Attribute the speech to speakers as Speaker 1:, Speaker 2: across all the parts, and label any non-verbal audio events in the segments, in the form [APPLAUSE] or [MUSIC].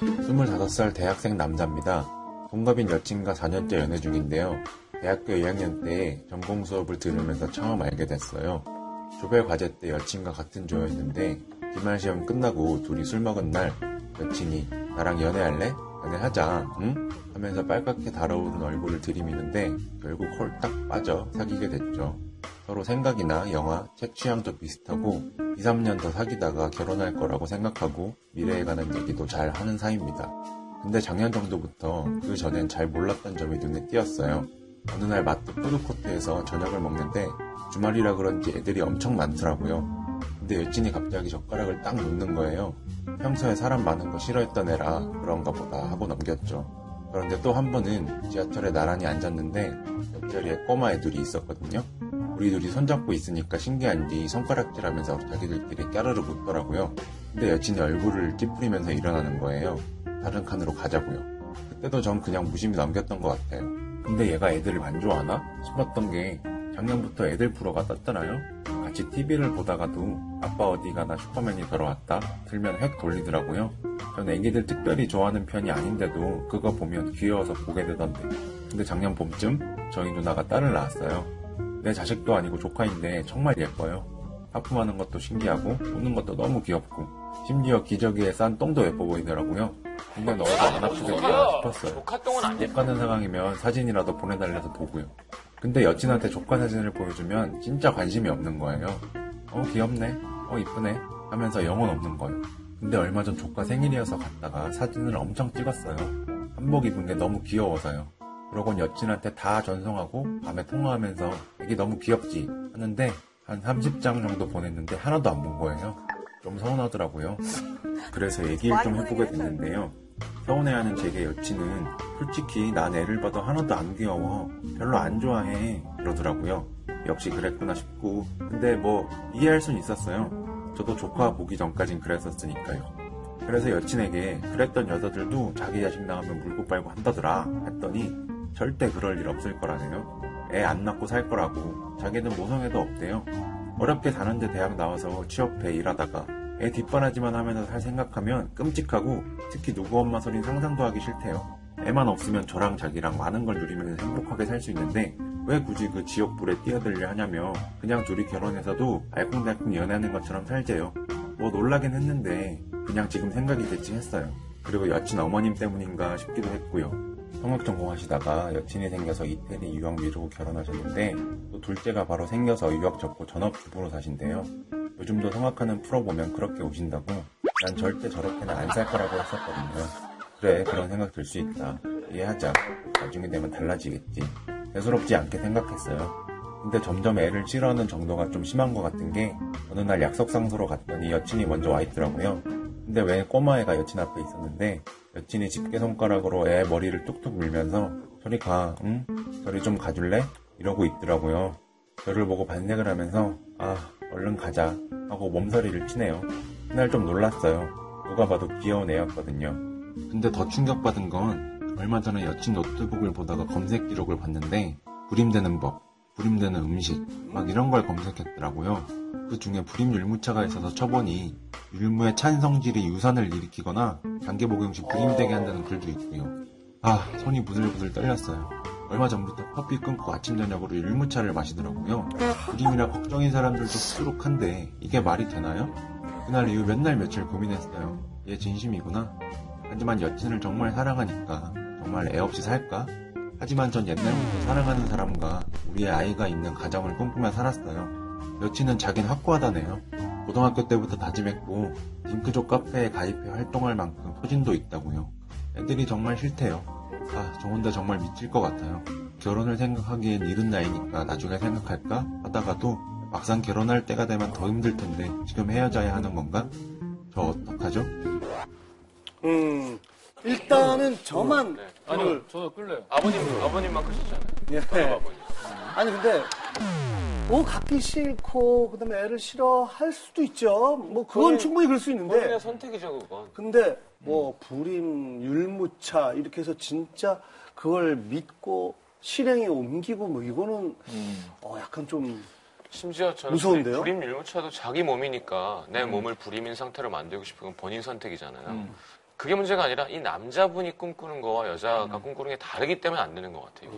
Speaker 1: 25살 대학생 남자입니다. 동갑인 여친과 4년째 연애 중인데요. 대학교 2학년 때 전공 수업을 들으면서 처음 알게 됐어요. 조별 과제 때 여친과 같은 조였는데 기말 시험 끝나고 둘이 술 먹은 날 여친이 나랑 연애할래? 연애하자, 응? 하면서 빨갛게 달아오른 얼굴을 들이미는데 결국 홀딱 빠져 사귀게 됐죠. 서로 생각이나 영화, 책 취향도 비슷하고 2, 3년 더 사귀다가 결혼할 거라고 생각하고 미래에 관한 얘기도 잘 하는 사이입니다. 근데 작년 정도부터 그 전엔 잘 몰랐던 점이 눈에 띄었어요. 어느 날 마트 푸드코트에서 저녁을 먹는데 주말이라 그런지 애들이 엄청 많더라고요. 근데 여친이 갑자기 젓가락을 딱 놓는 거예요. 평소에 사람 많은 거 싫어했던 애라 그런가 보다 하고 넘겼죠. 그런데 또 한 번은 지하철에 나란히 앉았는데 옆자리에 꼬마 애들이 있었거든요. 우리 둘이 손잡고 있으니까 신기한지 손가락질하면서 자기들끼리 까르르 웃더라고요. 근데 여친이 얼굴을 찌푸리면서 일어나는 거예요. 다른 칸으로 가자고요. 그때도 전 그냥 무심히 넘겼던 것 같아요. 근데 얘가 애들을 안 좋아하나? 싶었던 게 작년부터 애들 부러가 떴잖아요. 같이 TV를 보다가도 아빠 어디 가나 슈퍼맨이 들어왔다 들면 획 돌리더라고요. 전 애기들 특별히 좋아하는 편이 아닌데도 그거 보면 귀여워서 보게 되던데. 근데 작년 봄쯤 저희 누나가 딸을 낳았어요. 내 자식도 아니고 조카인데 정말 예뻐요. 하품하는 것도 신기하고 웃는 것도 너무 귀엽고 심지어 기저귀에 싼 똥도 예뻐 보이더라고요. 근데 넣어도 안 아프겠다 싶었어요.
Speaker 2: 조카똥은 안
Speaker 1: 못 가는 상황이면 사진이라도 보내달래서 보고요. 근데 여친한테 조카 사진을 보여주면 진짜 관심이 없는 거예요. 어 귀엽네, 어 이쁘네 하면서 영혼 없는 거예요. 근데 얼마 전 조카 생일이어서 갔다가 사진을 엄청 찍었어요. 한복 입은 게 너무 귀여워서요. 그러곤 여친한테 다 전송하고 밤에 통화하면서 이게 너무 귀엽지 하는데 한 30장 정도 보냈는데 하나도 안 본 거예요. 좀 서운하더라고요. 그래서 얘기를 좀 해보게 됐는데요. 서운해하는 제게 여친은 솔직히 난 애를 봐도 하나도 안 귀여워. 별로 안 좋아해. 이러더라고요. 역시 그랬구나 싶고. 근데 뭐 이해할 순 있었어요. 저도 조카 보기 전까진 그랬었으니까요. 그래서 여친에게 그랬던 여자들도 자기 자식 나오면 물고 빨고 한다더라 했더니 절대 그럴 일 없을 거라네요. 애 안 낳고 살 거라고 자기는 모성애도 없대요. 어렵게 다른데 대학 나와서 취업해 일하다가 애 뒷바라지만 하면서 살 생각하면 끔찍하고 특히 누구 엄마 소린 상상도 하기 싫대요. 애만 없으면 저랑 자기랑 많은 걸 누리면 행복하게 살 수 있는데 왜 굳이 그 지옥불에 뛰어들려 하냐며 그냥 둘이 결혼해서도 알콩달콩 연애하는 것처럼 살재요. 뭐 놀라긴 했는데 그냥 지금 생각이 됐지 했어요. 그리고 여친 어머님 때문인가 싶기도 했고요. 성악 전공하시다가 여친이 생겨서 이태리 유학 미루고 결혼하셨는데 또 둘째가 바로 생겨서 유학 접고 전업주부로 사신대요. 요즘도 성악하는 프로 보면 그렇게 오신다고 난 절대 저렇게는 안 살 거라고 했었거든요. 그래 그런 생각 들 수 있다. 이해하자. 나중에 되면 달라지겠지. 대수롭지 않게 생각했어요. 근데 점점 애를 싫어하는 정도가 좀 심한 것 같은 게 어느 날 약속 장소로 갔더니 여친이 먼저 와 있더라고요. 근데 왜 꼬마애가 여친 앞에 있었는데 여친이 집게 손가락으로 애 머리를 뚝뚝 밀면서 저리 가, 응? 저리 좀 가줄래? 이러고 있더라고요. 저를 보고 반색을 하면서 아 얼른 가자 하고 몸서리를 치네요. 그날 좀 놀랐어요. 누가 봐도 귀여운 애였거든요. 근데 더 충격받은 건 얼마 전에 여친 노트북을 보다가 검색 기록을 봤는데 불임되는 법, 불임되는 음식 막 이런 걸 검색했더라고요. 그 중에 불임 율무차가 있어서 쳐보니 율무의 찬 성질이 유산을 일으키거나 장기 복용 시 불임되게 한다는 글도 있고요. 아 손이 부들부들 떨렸어요. 얼마 전부터 커피 끊고 아침 저녁으로 율무차를 마시더라고요. 불임이라 걱정인 사람들도 수록한데 이게 말이 되나요? 그날 이후 몇 날 며칠 고민했어요. 얘 진심이구나. 하지만 여친을 정말 사랑하니까 정말 애 없이 살까? 하지만 전 옛날부터 사랑하는 사람과 우리의 아이가 있는 가정을 꿈꾸며 살았어요. 여친은 자긴 확고하다네요. 고등학교 때부터 다짐했고 딩크족 카페에 가입해 활동할 만큼 소진도 있다고요. 애들이 정말 싫대요. 아, 저 혼자 정말 미칠 것 같아요. 결혼을 생각하기엔 이른 나이니까 나중에 생각할까 하다가도 막상 결혼할 때가 되면 더 힘들 텐데 지금 헤어져야 하는 건가? 저 어떡하죠?
Speaker 3: 음, 일단은 저만
Speaker 2: 네. 아니요
Speaker 3: 오늘-
Speaker 2: 저도 끌려요 아버님 아버님만 끄시잖아요 네.
Speaker 3: 예. 아니 근데 뭐 갖기 싫고 그다음에 애를 싫어할 수도 있죠. 뭐 그건
Speaker 2: 본인-
Speaker 3: 충분히 그럴 수 있는데.
Speaker 2: 본인의 선택이죠 그건
Speaker 3: 근데 뭐 불임 율무차 이렇게 해서 진짜 그걸 믿고 실행에 옮기고 뭐 이거는
Speaker 2: 음.
Speaker 3: 어 약간 좀
Speaker 2: 심지어 저는
Speaker 3: 무서운데요? 음.
Speaker 2: 불임 일무차도 자기 몸이니까 내 몸을 불임인 상태로 만들고 싶은 건 본인 선택이잖아요 그게 문제가 아니라 이 남자분이 꿈꾸는 거와 여자가
Speaker 3: 음.
Speaker 2: 꿈꾸는 게 다르기 때문에 안 되는 것 같아요.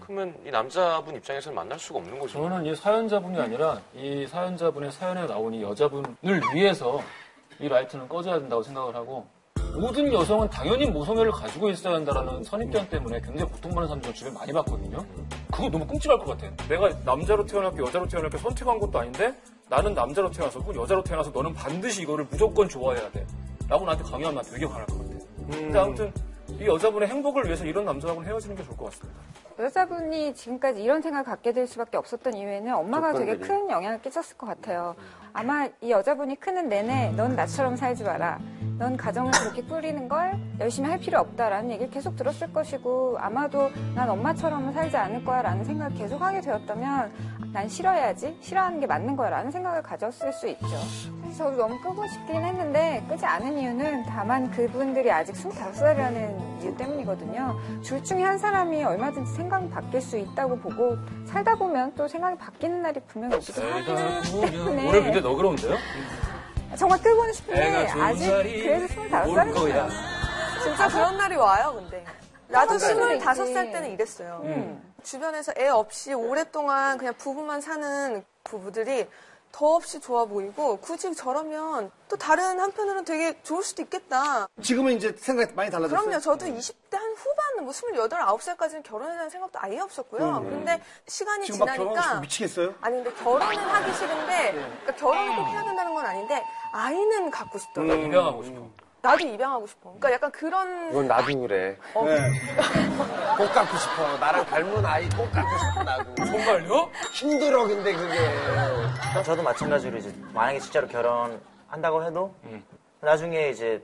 Speaker 2: 그러면 이 남자분 입장에서는 만날 수가 없는 거죠.
Speaker 4: 어, 저는 이 사연자분이 아니라 이 사연자분의 사연에 나온 이 여자분을 위해서 이 라이트는 꺼져야 된다고 생각을 하고 모든 여성은 당연히 모성애를 가지고 있어야 한다라는 선입견 때문에 굉장히 고통받는 사람들 주변에 많이 봤거든요.
Speaker 5: 그거 너무 끔찍할 것 같아. 내가 남자로 태어났고 여자로 태어났고 선택한 것도 아닌데 나는 남자로 태어나서 혹은 여자로 태어나서 너는 반드시 이거를 무조건 좋아해야 돼. 라고 나한테 강요하면 나 되게 화날 것 같아. 근데
Speaker 4: 음.
Speaker 5: 아무튼 이 여자분의 행복을 위해서 이런 남자하고는 헤어지는 게 좋을 것 같습니다.
Speaker 6: 여자분이 지금까지 이런 생각을 갖게 될 수밖에 없었던 이유에는 엄마가 되게 큰 영향을 끼쳤을 것 같아요. 아마 이 여자분이 크는 내내 넌 나처럼 살지 마라. 넌 가정을 그렇게 꾸리는 걸 열심히 할 필요 없다라는 얘기를 계속 들었을 것이고 아마도 난 엄마처럼 살지 않을 거야 라는 생각을 계속 하게 되었다면 난 싫어야지 싫어하는 게 맞는 거야 라는 생각을 가졌을 수 있죠. 사실 저도 너무 끄고 싶긴 했는데 끄지 않은 이유는 다만 그분들이 아직 25살이라는 이유 때문이거든요. 둘 중에 한 사람이 얼마든지 생각이 바뀔 수 있다고 보고 살다 보면 또 생각이 바뀌는 날이 분명히 오기도 하기
Speaker 4: 올해 근데
Speaker 6: 때문에
Speaker 4: 너그러운데요?
Speaker 6: 정말 끌고는
Speaker 7: 네,
Speaker 6: 싶은데
Speaker 4: 애가 좋은
Speaker 6: 아직
Speaker 4: 날이
Speaker 6: 그래서
Speaker 4: 올 거야.
Speaker 6: 25살이에요.
Speaker 7: 진짜 그런 날이 와요, 근데. 나도
Speaker 6: 그런 날도
Speaker 7: 25살
Speaker 3: 네.
Speaker 6: 있지.
Speaker 7: 때는 이랬어요.
Speaker 3: 음.
Speaker 7: 음. 주변에서 애 없이 오랫동안 그냥 부부만 사는 부부들이 더없이 좋아 보이고 굳이 저러면 또 다른 한편으로는 되게 좋을 수도 있겠다.
Speaker 3: 지금은 이제 생각이 많이 달라졌어요. 음.
Speaker 7: 그럼요. 저도 20대 한 후반, 뭐 28, 9살까지는 결혼에 대한 생각도 아예 없었고요. 근데 시간이
Speaker 3: 음. 지금 막 결혼하고 싶어 네.
Speaker 7: 지나니까
Speaker 3: 미치겠어요?
Speaker 7: 아니 근데 결혼은 하기 싫은데 그러니까 결혼을 꼭 해야 된다는 건 아닌데 아이는 갖고 싶더라고요.
Speaker 3: 음.
Speaker 4: 입양하고 싶어.
Speaker 7: 나도 입양하고 싶어. 그러니까 약간 그런
Speaker 8: 음. 이건 나도 그래. 네. [LAUGHS] 꼭 갖고 어. 싶어. 나랑 닮은 아이 꼭 갖고 싶어, 나도.
Speaker 4: 정말요?
Speaker 8: 힘들어, 근데 그게.
Speaker 9: 어, 저도 마찬가지로 이제 만약에 진짜로 결혼한다고 해도
Speaker 4: 음.
Speaker 9: 나중에 이제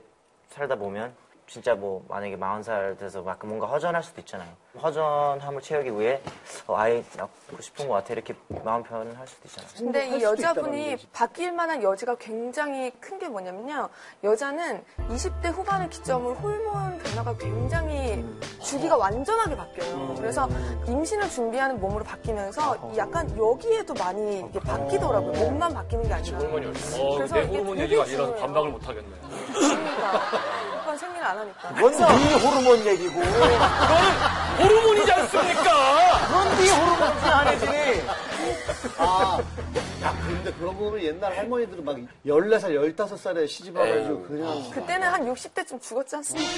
Speaker 9: 살다 보면 진짜 뭐 만약에 40살 돼서 막 뭔가 허전할 수도 있잖아요. 허전함을 채우기 위해 어, 아이 낳고 싶은 것 같아 이렇게 마음 표현을 할 수도 있잖아요.
Speaker 7: 근데
Speaker 3: 행복할
Speaker 7: 이
Speaker 3: 수도 있다라는
Speaker 7: 여자분이
Speaker 3: 거지.
Speaker 7: 바뀔 만한 여지가 굉장히 큰 게 뭐냐면요. 여자는 20대 후반을 기점으로 호르몬 변화가 굉장히 주기가 완전하게 바뀌어요. 그래서 임신을 준비하는 몸으로 바뀌면서 약간 여기에도 많이 이게 바뀌더라고요. 몸만 바뀌는 게 아니라.
Speaker 5: 호르몬이 어,
Speaker 7: 그래서
Speaker 5: 내
Speaker 7: 이게
Speaker 5: 호르몬
Speaker 7: 되게
Speaker 5: 얘기가 아니라
Speaker 7: 중요해요.
Speaker 5: 반박을 못 하겠네.
Speaker 7: 그러니까. 오빠 생리를 안 하니까.
Speaker 8: 뭔 네 호르몬 얘기고.
Speaker 5: 호르몬이지 않습니까?
Speaker 8: 뭔네
Speaker 7: 아,
Speaker 8: 호르몬 아니지.
Speaker 3: 근데 그러고 보면 옛날 할머니들은 막 14살, 15살에 시집 와가지고 그냥
Speaker 7: 그때는 한 60대쯤 죽었지 않습니까?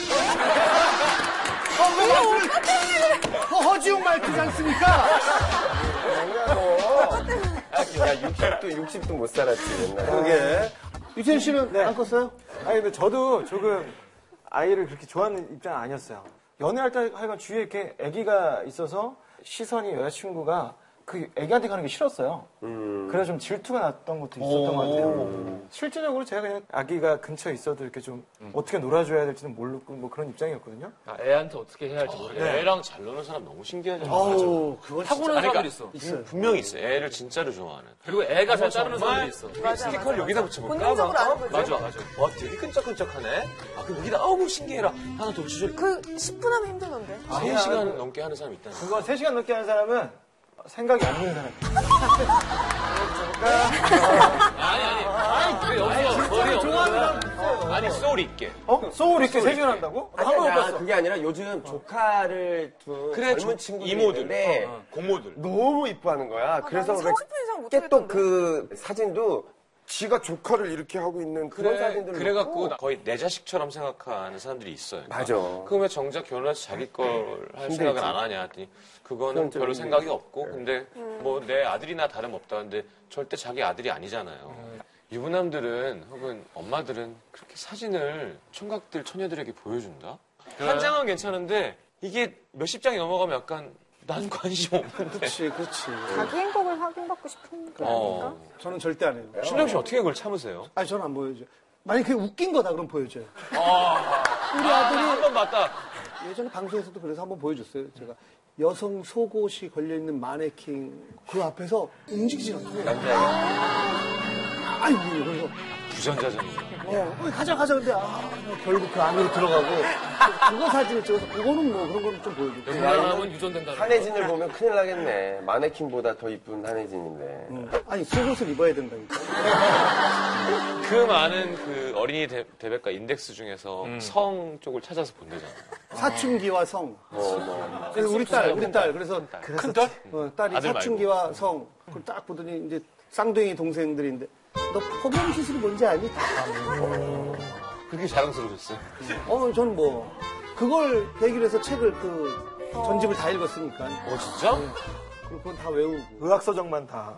Speaker 3: 허지웅 말투지 않습니까? 네.
Speaker 8: 야, 60도, 60도 못 살았지, 옛날에.
Speaker 3: 그게. 유채인 씨는 안 컸어요?
Speaker 10: 네. 아니 근데 저도 조금 아이를 그렇게 좋아하는 입장은 아니었어요. 연애할 때 하여간 주위에 이렇게 아기가 있어서 시선이 여자친구가 그 아기한테 가는 게 싫었어요. 그래서 좀 질투가 났던 것도 있었던 것 같아요. 실제적으로 제가 그냥 아기가 근처에 있어도 이렇게 좀
Speaker 3: 음.
Speaker 10: 어떻게 놀아줘야 될지는 모르고 뭐 그런 입장이었거든요.
Speaker 4: 아, 애한테 어떻게 해야 할지 모르겠어요.
Speaker 2: 애랑 잘 노는 사람 너무 신기하잖아요.
Speaker 3: 어우, 그건 진짜. 그러니까
Speaker 4: 타고난 사람들 있어.
Speaker 2: 음, 분명히 있어. 요 애를 진짜로 좋아하는.
Speaker 4: 그리고 애가 잘 따르는 사람들 있어.
Speaker 7: 맞아,
Speaker 2: 스티커를
Speaker 7: 맞아.
Speaker 2: 여기다 붙여볼까?
Speaker 7: 본능적으로
Speaker 2: 막,
Speaker 7: 아는
Speaker 2: 어?
Speaker 7: 거지.
Speaker 2: 맞아, 맞아. 와, 되게 끈적끈적하네. 아, 그럼 여기다, 어우, 신기해라. 하나 더 붙여줘.
Speaker 7: 그 10분 하면 힘들던데.
Speaker 2: 세시 아, 간 넘게 하는 사람이 있다는
Speaker 10: 그거 3시간 넘게 하는 사람은 생각이 없는
Speaker 2: [LAUGHS]
Speaker 10: 사람.
Speaker 2: 그렇죠.
Speaker 10: 그러니까
Speaker 2: 아니, 아니. 아니, 그래, 여기서 머리 없는 아니, 소울 있게.
Speaker 10: 어? 소울 이렇게 3시간 한다고? 한 번도
Speaker 8: 아,
Speaker 10: 봤어.
Speaker 8: 그게 아니라 요즘 조카를 둔
Speaker 2: 그래,
Speaker 8: 젊은
Speaker 2: 저-
Speaker 8: 친구들
Speaker 2: 이모들.
Speaker 8: 있는데
Speaker 2: 고모들.
Speaker 8: 너무 이뻐하는 거야. 그래서
Speaker 7: 아,
Speaker 8: 그러니까
Speaker 7: 나는 40분 이상 못
Speaker 8: 깨똑그 사진도 지가 조카를 이렇게 하고 있는 그런 사진들을
Speaker 2: 그래갖고
Speaker 8: 놓고
Speaker 2: 거의 내 자식처럼 생각하는 사람들이 있어요. 그러니까
Speaker 8: 맞아.
Speaker 2: 그럼 왜 정작 결혼해서 자기 걸 할
Speaker 8: 힘들지.
Speaker 2: 생각은 안 하냐 했더니 그거는
Speaker 8: 그건 좀
Speaker 2: 별로
Speaker 8: 힘들지. 네.
Speaker 2: 생각이 없고 근데 뭐 내 아들이나 다름없다는데 절대 자기 아들이 아니잖아요.
Speaker 4: 음,
Speaker 2: 유부남들은 혹은 엄마들은 그렇게 사진을 총각들 처녀들에게 보여준다?
Speaker 8: 네.
Speaker 2: 한 장은 괜찮은데 이게 몇십 장이 넘어가면 약간 난 관심 없는데. 네.
Speaker 3: 그렇지, 그렇지.
Speaker 6: 자기 행복을 확인받고
Speaker 4: 그렇죠.
Speaker 6: 싶은 거 아닌가?
Speaker 2: 어.
Speaker 3: 저는 절대 안 해요.
Speaker 2: 신정 씨 어떻게 그걸 참으세요?
Speaker 3: 아니, 저는 안 보여줘요. 만약에 그게 웃긴 거다, 그럼 보여줘요.
Speaker 2: 우리 아들이 한 번 봤다.
Speaker 3: 예전에 방송에서도 그래서 한번 보여줬어요. 제가 여성 속옷이 걸려있는 마네킹 그 앞에서 움직이지 않고. 남자 아이고, 그래서.
Speaker 2: 부전자전이죠.
Speaker 3: 어, 어이, 가자, 가자. 근데, 아, 뭐 결국 그 안으로 들어가고. 그거 사진을 찍어서, 그거는 뭐, 그런 거는 좀 보여주고.
Speaker 4: 하면 유전된다.
Speaker 8: 한혜진을 보면 큰일 나겠네. 마네킹보다 더 이쁜 한혜진인데.
Speaker 3: 아니, 속옷을 입어야 된다니까.
Speaker 2: 그 많은 그 어린이 대, 대백과 인덱스 중에서 음.
Speaker 3: 음.
Speaker 2: 성 쪽을 찾아서 어. 본대잖아.
Speaker 3: 사춘기와 성.
Speaker 8: 뭐, 뭐.
Speaker 2: 아,
Speaker 3: 그래서 우리 딸, 우리 딸. 그래서,
Speaker 2: 큰 딸?
Speaker 3: 어, 딸이
Speaker 2: 아들 말고.
Speaker 3: 사춘기와 성. 그걸 딱 보더니, 이제, 쌍둥이 동생들인데, 너 포범 시술이 뭔지 아니?
Speaker 2: 그렇게 자랑스러워졌어요.
Speaker 3: 어, 저는 뭐, 그걸 계기로 해서 책을 그, 전집을 다 읽었으니까. 네.
Speaker 2: 어, 진짜?
Speaker 3: 그리고 그건 다 외우고. 음.
Speaker 10: 의학서적만 다.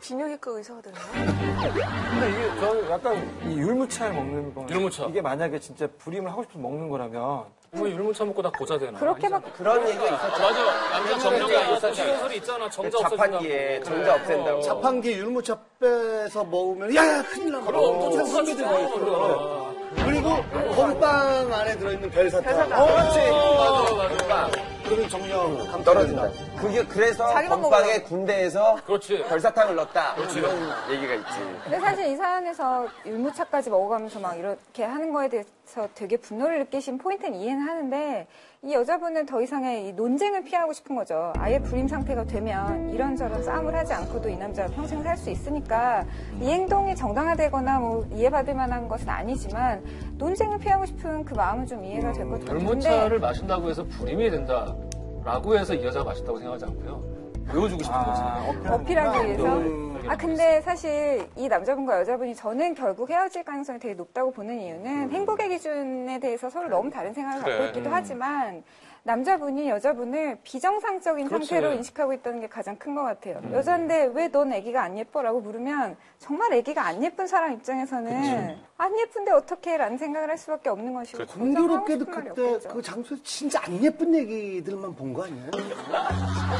Speaker 7: 비뇨기과 의사가 되나요?
Speaker 10: 근데 이게 저는 약간 이 율무차를 먹는 거.
Speaker 4: 율무차.
Speaker 10: 이게 만약에 진짜 불임을 하고 싶어서 먹는 거라면
Speaker 4: 뭐 율무차 먹고 다 고자 되나?
Speaker 6: 그렇게 막
Speaker 8: 그런 얘기가 있었죠.
Speaker 4: 아, 맞아. 남자
Speaker 8: 옛날에
Speaker 4: 점령가
Speaker 8: 있었잖아. 그
Speaker 4: 또 시설이 있잖아. 점자 없어진다고. 네.
Speaker 8: 자판기에 전자 없앤다고.
Speaker 3: 자판기 율무차 빼서 먹으면, 야, 야, 큰일
Speaker 8: 어,
Speaker 3: 나.
Speaker 4: 그럼 엄청
Speaker 3: 엄청
Speaker 4: 사기들
Speaker 3: 사기들이 있어. 그리고
Speaker 2: 네.
Speaker 3: 건빵 안에 들어있는 별사탕.
Speaker 8: 어, 그렇지.
Speaker 3: 그리고 정령 감
Speaker 8: 떨어진다. 그게 그래서
Speaker 7: 자기만
Speaker 8: 건빵에 군대에서
Speaker 4: 그렇지.
Speaker 8: 별사탕을 넣었다. 이런 얘기가 있지.
Speaker 6: 근데 사실 이 사연에서 율무차까지 먹어가면서 막 이렇게 하는 거에 대해서 되게 분노를 느끼신 포인트는 이해는 하는데 이 여자분은 더 이상의 이 논쟁을 피하고 싶은 거죠. 아예 불임 상태가 되면 이런저런 싸움을 하지 않고도 이 남자와 평생 살 수 있으니까 이 행동이 정당화되거나 뭐 이해받을 만한 것은 아니지만 논쟁을 피하고 싶은 그 마음은 좀 이해가 될 것 같은데
Speaker 4: 율무차를 마신다고 해서 불임이 된다. 라고 해서 이 여자가 맛있다고 생각하지 않고요. 보여주고 싶은 거지.
Speaker 6: 어필하기 위해서 아 근데 사실 이 남자분과 여자분이 저는 결국 헤어질 가능성이 되게 높다고 보는 이유는 행복의 기준에 대해서 서로 너무 다른 생각을
Speaker 2: 그래.
Speaker 6: 갖고 있기도 하지만 남자분이 여자분을 비정상적인 상태로 인식하고 있다는 게 가장 큰 것 같아요. 여잔데 왜 넌 애기가 안 예뻐라고 물으면 정말 애기가 안 예쁜 사람 입장에서는 안 예쁜데 어떻게라는 생각을 할 수밖에 없는 것이고
Speaker 2: 그렇죠.
Speaker 3: 그러니까 공교롭게도
Speaker 6: 걱정하고 싶은
Speaker 3: 그때
Speaker 6: 말이 없겠죠.
Speaker 3: 그 장소에서 진짜 안 예쁜 얘기들만 본 거 아니에요? [LAUGHS] 어,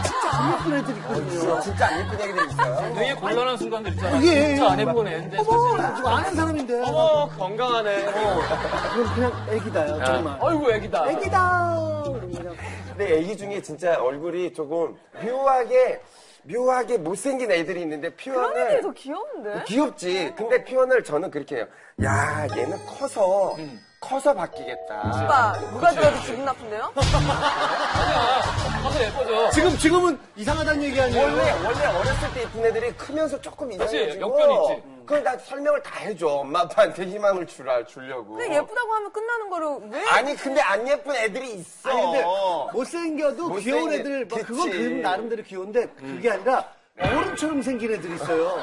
Speaker 3: 진짜 안 예쁜 애들이 있거든요.
Speaker 8: 진짜 안 예쁜 얘기들 있어요.
Speaker 4: 되게 곤란한 순간들 있잖아.
Speaker 3: 이게-
Speaker 4: 진짜 안 해본 애인데.
Speaker 3: 예. 어머, 나 지금 아는 사람인데.
Speaker 2: 어, 건강하네.
Speaker 3: 그럼 그냥 애기다요, 정말.
Speaker 4: 어이구 애기다.
Speaker 3: 애기다! 그냥.
Speaker 8: 근데 애기 중에 진짜 얼굴이 조금 묘하게, 묘하게 못생긴 애들이 있는데
Speaker 7: 그런 애들이
Speaker 8: 표현을.
Speaker 7: 더 귀여운데?
Speaker 8: 뭐 귀엽지. 근데 표현을 저는 그렇게 해요. 야, 얘는 커서, 커서 바뀌겠다.
Speaker 7: 오빠 누가 들어도 기분 나쁜데요?
Speaker 4: 커서 예뻐져.
Speaker 3: 지금, 지금은 이상하다는 얘기 아니에요?
Speaker 8: 원래, 원래 어렸을 때 이쁜 애들이 크면서 조금 이상해지고.
Speaker 4: 역변이 있지.
Speaker 3: 음.
Speaker 8: 그걸 나 설명을 다 해줘. 엄마, 아빠한테 희망을 주라, 주려고.
Speaker 7: 근데 예쁘다고 하면 끝나는 거를 왜?
Speaker 8: 아니, 근데 안 예쁜 애들이 있어.
Speaker 3: 아니, 근데 못생겨도
Speaker 8: 못생겨.
Speaker 3: 귀여운 애들, 막 그건
Speaker 8: 그치.
Speaker 3: 그 나름대로 귀여운데 그게 아니라 어른처럼 생긴 애들 있어요.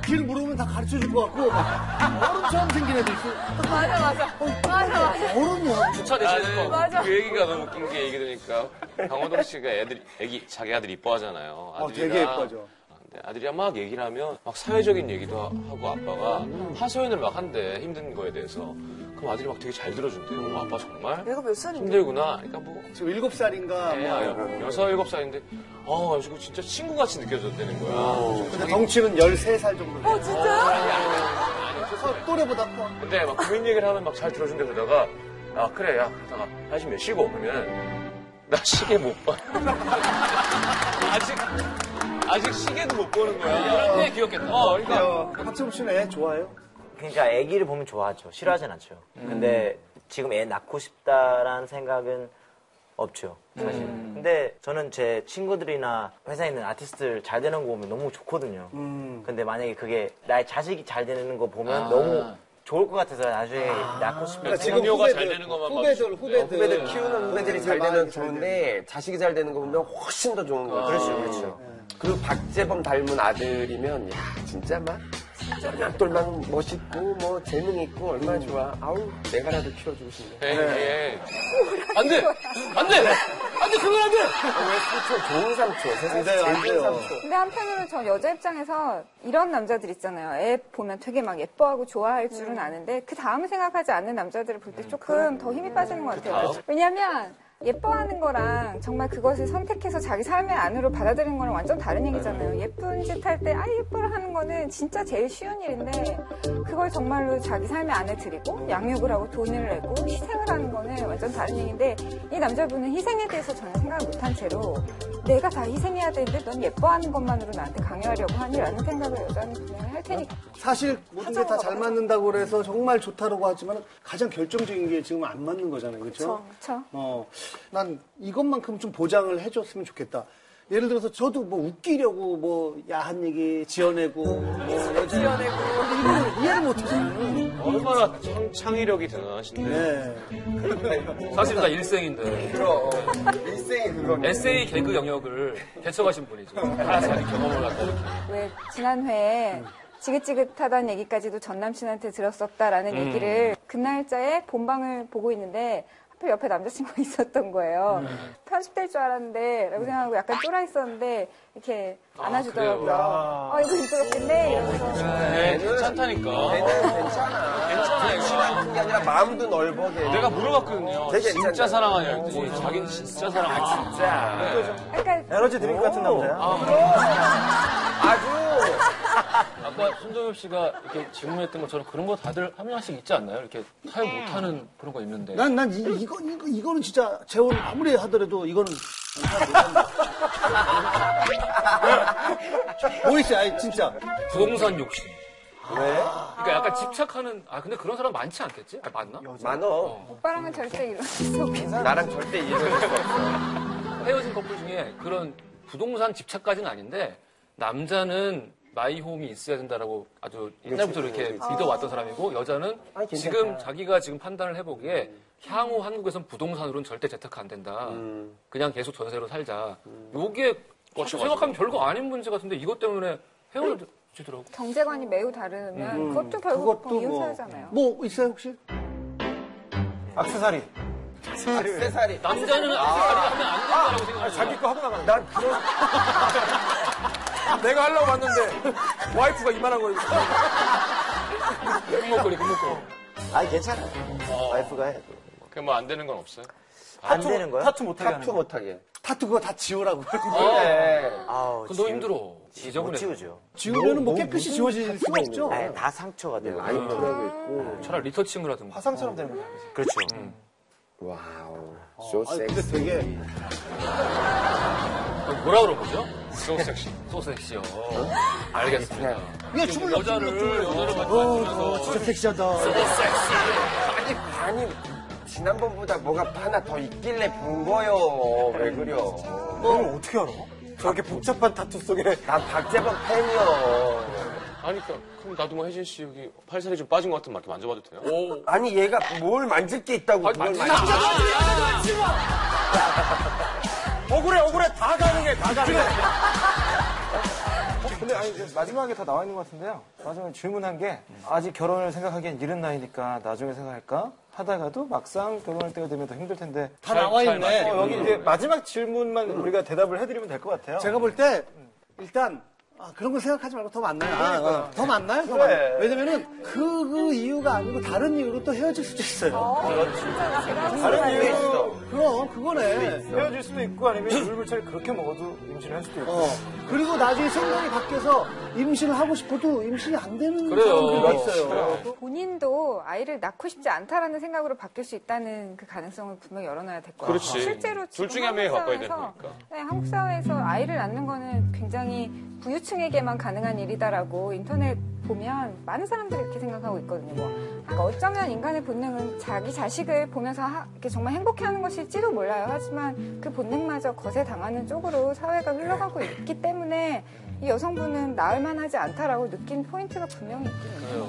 Speaker 3: 길 물으면 다 가르쳐 줄 것 같고, 막 어른처럼 생긴 애들 있어요.
Speaker 7: 맞아 맞아 맞아 맞아
Speaker 3: 어른이야.
Speaker 4: 주차 대신에 거.
Speaker 7: 맞아.
Speaker 2: 그 얘기가 너무 웃긴 게 얘기 들으니까 강호동 씨가 애들 애기 자기 아들 이뻐하잖아요. 아들이랑.
Speaker 3: 어, 되게 예뻐하죠.
Speaker 2: 근데 아들이랑 막 얘기를 하면 막 사회적인 얘기도 하- 하고 아빠가
Speaker 3: 음.
Speaker 2: 하소연을 막 한대 힘든 거에 대해서 그럼 아들이 막 되게 잘 들어준대요. 어, 아빠 정말
Speaker 7: 내가 몇 살인데?
Speaker 2: 힘들구나. 그러니까 뭐
Speaker 3: 지금 일곱 살인가, 뭐.
Speaker 2: 애 여- 여섯 일곱 살인데 어 지금 진짜 친구같이 느껴졌다는 거야.
Speaker 3: 근데 덩치는 13살 정도 돼요.
Speaker 7: 어 진짜?
Speaker 3: 그래서 또래보다 커.
Speaker 2: 근데 막 고민 얘기를 하면 막 잘 들어준대 그러다가 아 그래 야 그러다가 한시 몇 시고 그러면 나 시계 못 봐. [LAUGHS] 아직 아직 시계도 못 보는 거야.
Speaker 4: 그런데 귀엽겠다.
Speaker 2: 어 그러니까
Speaker 3: 박채범 씨는 애 좋아해요?
Speaker 9: 그러니까 아기를 보면 좋아하죠. 싫어하진 않죠. 근데 지금 애 낳고 싶다라는 생각은 없죠. 사실.
Speaker 3: 음.
Speaker 9: 근데 저는 제 친구들이나 회사에 있는 아티스트들 잘 되는 거 보면 너무 좋거든요.
Speaker 3: 음.
Speaker 9: 근데 만약에 그게 나의 자식이 잘 되는 거
Speaker 2: 아.
Speaker 9: 보면 너무 좋을 것 같아서 나중에 낳고 싶다.
Speaker 2: 지금 동료가 그러니까 잘 되는 것만
Speaker 3: 그러니까 후배들, 후배들.
Speaker 8: 후배들 키우는 후배들이 잘
Speaker 3: 많이
Speaker 8: 되면
Speaker 3: 잘
Speaker 8: 좋은데 자식이 잘 되는 거 보면 훨씬 더 좋은 거 같아요.
Speaker 9: 그렇죠, 그렇죠.
Speaker 8: 그리고 박재범 닮은 아들이면 야 진짜 막 똘망똘망 멋있고 뭐 재능 있고 얼마나
Speaker 3: 음.
Speaker 8: 좋아. 아우 내가라도 키워주고 싶네.
Speaker 2: 에이, 에이.
Speaker 4: 안 돼! 안 돼! 안 돼! 그건 안 돼!
Speaker 8: 왜 삼촌 좋은 삼촌 세상에
Speaker 3: 돼요, 안
Speaker 8: 제일
Speaker 3: 돼요.
Speaker 8: 삼촌.
Speaker 6: 근데 한편으로는 저 여자 입장에서 이런 남자들 있잖아요. 애 보면 되게 막 예뻐하고 좋아할 줄은 아는데 그 다음 생각하지 않는 남자들을 볼 때 조금 더 힘이 빠지는 것 같아요. 왜냐면 예뻐하는 거랑 정말 그것을 선택해서 자기 삶의 안으로 받아들이는 거랑 완전 다른 얘기잖아요. 예쁜 짓 할 때, 아, 예뻐라 하는 거는 진짜 제일 쉬운 일인데, 그걸 정말로 자기 삶의 안에 들이고, 양육을 하고, 돈을 내고, 희생을 하는 거는 완전 다른 얘기인데, 이 남자분은 희생에 대해서 전혀 생각을 못한 채로, 내가 다 희생해야 되는데, 넌 예뻐하는 것만으로 나한테 강요하려고 하니? 라는 생각을 여자는 분명히 할 테니까.
Speaker 3: 사실 모든 게 다 잘 맞는다고 그래서 정말 좋다라고 하지만 가장 결정적인 게 지금 안 맞는 거잖아요. 그렇죠?
Speaker 6: 그렇죠.
Speaker 3: 어, 난 이것만큼 좀 보장을 해줬으면 좋겠다. 예를 들어서 저도 뭐 웃기려고 뭐 야한 얘기 지어내고 뭐 지어내고 이걸 이해를 못해요.
Speaker 2: 얼마나 창, 창의력이 대단하신데.
Speaker 3: 네.
Speaker 4: 사실 다 일생인데.
Speaker 8: 일생이 그거네.
Speaker 4: 에세이 개그 영역을 개척하신 분이죠. 다 자기 경험을 갖고 이렇게.
Speaker 6: 왜 지난 회에 지긋지긋하다는 얘기까지도 전 남친한테 들었었다라는 얘기를 그날짜에 본방을 보고 있는데 하필 옆에 남자친구가 [LAUGHS] 있었던 거예요. 편집될 줄 알았는데 라고 생각하고 약간 쫄아 있었는데 이렇게 안아주더라고요.
Speaker 4: 그래요?
Speaker 6: 아, 이거 힘들었겠네 이러면서
Speaker 2: 네, 괜찮다니까.
Speaker 8: 괜찮아.
Speaker 2: 괜찮아요.
Speaker 8: 아픈 게 아니라 마음도 넓어. 걔.
Speaker 2: 내가 물어봤거든요.
Speaker 8: 되게 음. 아,
Speaker 2: 진짜
Speaker 8: 괜찮다.
Speaker 2: 사랑하냐 했더니 자기는 진짜 사랑하냐.
Speaker 6: 약간
Speaker 10: 에너지 드링크 같은 남자야.
Speaker 4: 아. 아까 손정엽 씨가 이렇게 질문했던 것처럼 그런 거 다들 한 명씩 있지 않나요? 이렇게 타협 못하는 그런 거 있는데.
Speaker 3: 난 난 이거 이거 이거는 진짜 재혼 아무리 하더라도 이거는 모이씨 뭐 아니 진짜
Speaker 4: 부동산 욕심.
Speaker 8: 왜?
Speaker 4: 그러니까 약간 집착하는. 아 근데 그런 사람 많지 않겠지? 아, 맞나?
Speaker 8: 많어.
Speaker 6: 오빠랑은 절대 이런 속에서
Speaker 8: 나랑 절대 이해를 수 없어.
Speaker 4: 헤어진 커플 중에 그런 부동산 집착까지는 아닌데 남자는 마이홈이 있어야 된다라고 아주 옛날부터 이렇게 믿어왔던 사람이고 여자는 지금 자기가 지금 판단을 해보기에 향후 한국에선 부동산으로는 절대 재테크 안 된다. 그냥 계속 전세로 살자. 요게 생각하면 별거 아닌 문제 같은데 이것 때문에 헤어지더라고.
Speaker 6: 경제관이 매우 다르면 그것도 결국
Speaker 3: 그것도
Speaker 6: 이혼
Speaker 3: 뭐,
Speaker 6: 사유잖아요.
Speaker 3: 뭐 있어요 혹시?
Speaker 10: 악세사리.
Speaker 8: 세살이. 아.
Speaker 4: 남자는 악세사리 하면 안 된다라고 생각하는
Speaker 10: 자기 거 하고 나가는
Speaker 8: 난 그런. [LAUGHS]
Speaker 10: 내가 하려고 왔는데 와이프가 이만한
Speaker 2: [LAUGHS]
Speaker 10: 걸.
Speaker 4: 금목걸이 금목걸이.
Speaker 8: 아니, 괜찮아.
Speaker 2: 어.
Speaker 8: 와이프가 해.
Speaker 2: 뭐, 그럼 뭐 안 되는 건 없어요?
Speaker 9: 안 되는 거야?
Speaker 10: 타투 못하게 하는
Speaker 8: 타투
Speaker 10: 거.
Speaker 8: 못하게.
Speaker 3: 타투 그거 다 지우라고.
Speaker 8: 그래.
Speaker 9: 아우,
Speaker 4: 네. 그건 너무
Speaker 9: 지우-
Speaker 4: 힘들어.
Speaker 9: 못
Speaker 4: 지저분해.
Speaker 9: 지우죠.
Speaker 3: 지우면은 뭐 깨끗이 지워질 수가 없죠.
Speaker 9: 아예 다 상처가 돼요.
Speaker 8: 라이프라고 있고.
Speaker 4: 음. 차라리 리터칭을 하든가.
Speaker 10: 화상처럼 되는 거야.
Speaker 9: 그렇죠.
Speaker 8: 와우. 쇼
Speaker 3: 음. 아 근데
Speaker 8: 섹시.
Speaker 3: 되게
Speaker 4: 뭐라 그러죠?
Speaker 2: So sexy.
Speaker 4: 소섹시요. 알겠습니다.
Speaker 10: 예,
Speaker 3: 그냥 춤을
Speaker 4: 지금 여자를 여자를
Speaker 3: 어, 어, 진짜 섹시하다.
Speaker 8: 아니, 아니. 지난번보다 뭐가 하나 더 있길래 본 거요. 왜 그려?
Speaker 10: 그걸 어떻게 알아? 저렇게 복잡한 타투 속에
Speaker 8: 난 박재범 팬이요.
Speaker 2: 아니, 그러니까 그럼 나도 뭐 혜진 씨 여기 팔살이 좀 빠진 것 같으면 막 이렇게 만져봐도 돼요?
Speaker 8: 아니 얘가 뭘 만질 게 있다고 그걸 만질
Speaker 10: 아, 억울해 억울해 다 가능해 다 가능해. 어, 근데 아니 이제 마지막에 다 나와 있는 것 같은데요. 마지막에 질문한 게 아직 결혼을 생각하기엔 이른 나이니까 나중에 생각할까 하다가도 막상 결혼할 때가 되면 더 힘들 텐데
Speaker 3: 다 나와 있네.
Speaker 10: 어, 여기 이제 마지막 질문만 우리가 대답을 해드리면 될 것 같아요.
Speaker 3: 제가 볼 때 일단 아, 그런 거 생각하지 말고 더 만나요. 아, 어. 더 만나요? 더
Speaker 10: 그래.
Speaker 3: 만나요. 왜냐면은 그, 그 이유가 아니고 다른 이유로 또 헤어질 수도 있어요.
Speaker 10: 다른 이유
Speaker 3: 그럼 그거네.
Speaker 10: 헤어질 수도 있고 아니면 [CLEARS THROAT] 물물차를 그렇게 먹어도 임신을 할 수도 있고.
Speaker 3: 어. 그리고 나중에 생각이 바뀌어서 임신을 하고 싶어도 임신이 안 되는
Speaker 4: 그래요.
Speaker 3: 사람들도 있어요.
Speaker 6: 본인도 아이를 낳고 싶지 않다라는 생각으로 바뀔 수 있다는 그 가능성을 분명히 열어놔야 될 거예요.
Speaker 2: 그렇지.
Speaker 6: 실제로 지금
Speaker 2: 둘 중에 한 명이
Speaker 6: 한국
Speaker 2: 바꿔야 되는
Speaker 6: 사회에서,
Speaker 2: 거니까.
Speaker 6: 네, 한국 사회에서 아이를 낳는 거는 굉장히 부유층에게만 가능한 일이다라고 인터넷 보면 많은 사람들이 이렇게 생각하고 있거든요. 뭐, 그러니까 어쩌면 인간의 본능은 자기 자식을 보면서 하- 이렇게 정말 행복해하는 것일지도 몰라요. 하지만 그 본능마저 거세 당하는 쪽으로 사회가 흘러가고
Speaker 3: 네.
Speaker 6: 있기 때문에 이 여성분은 낳을 만하지 않다라고 느낀 포인트가 분명히 있긴 있는 거예요.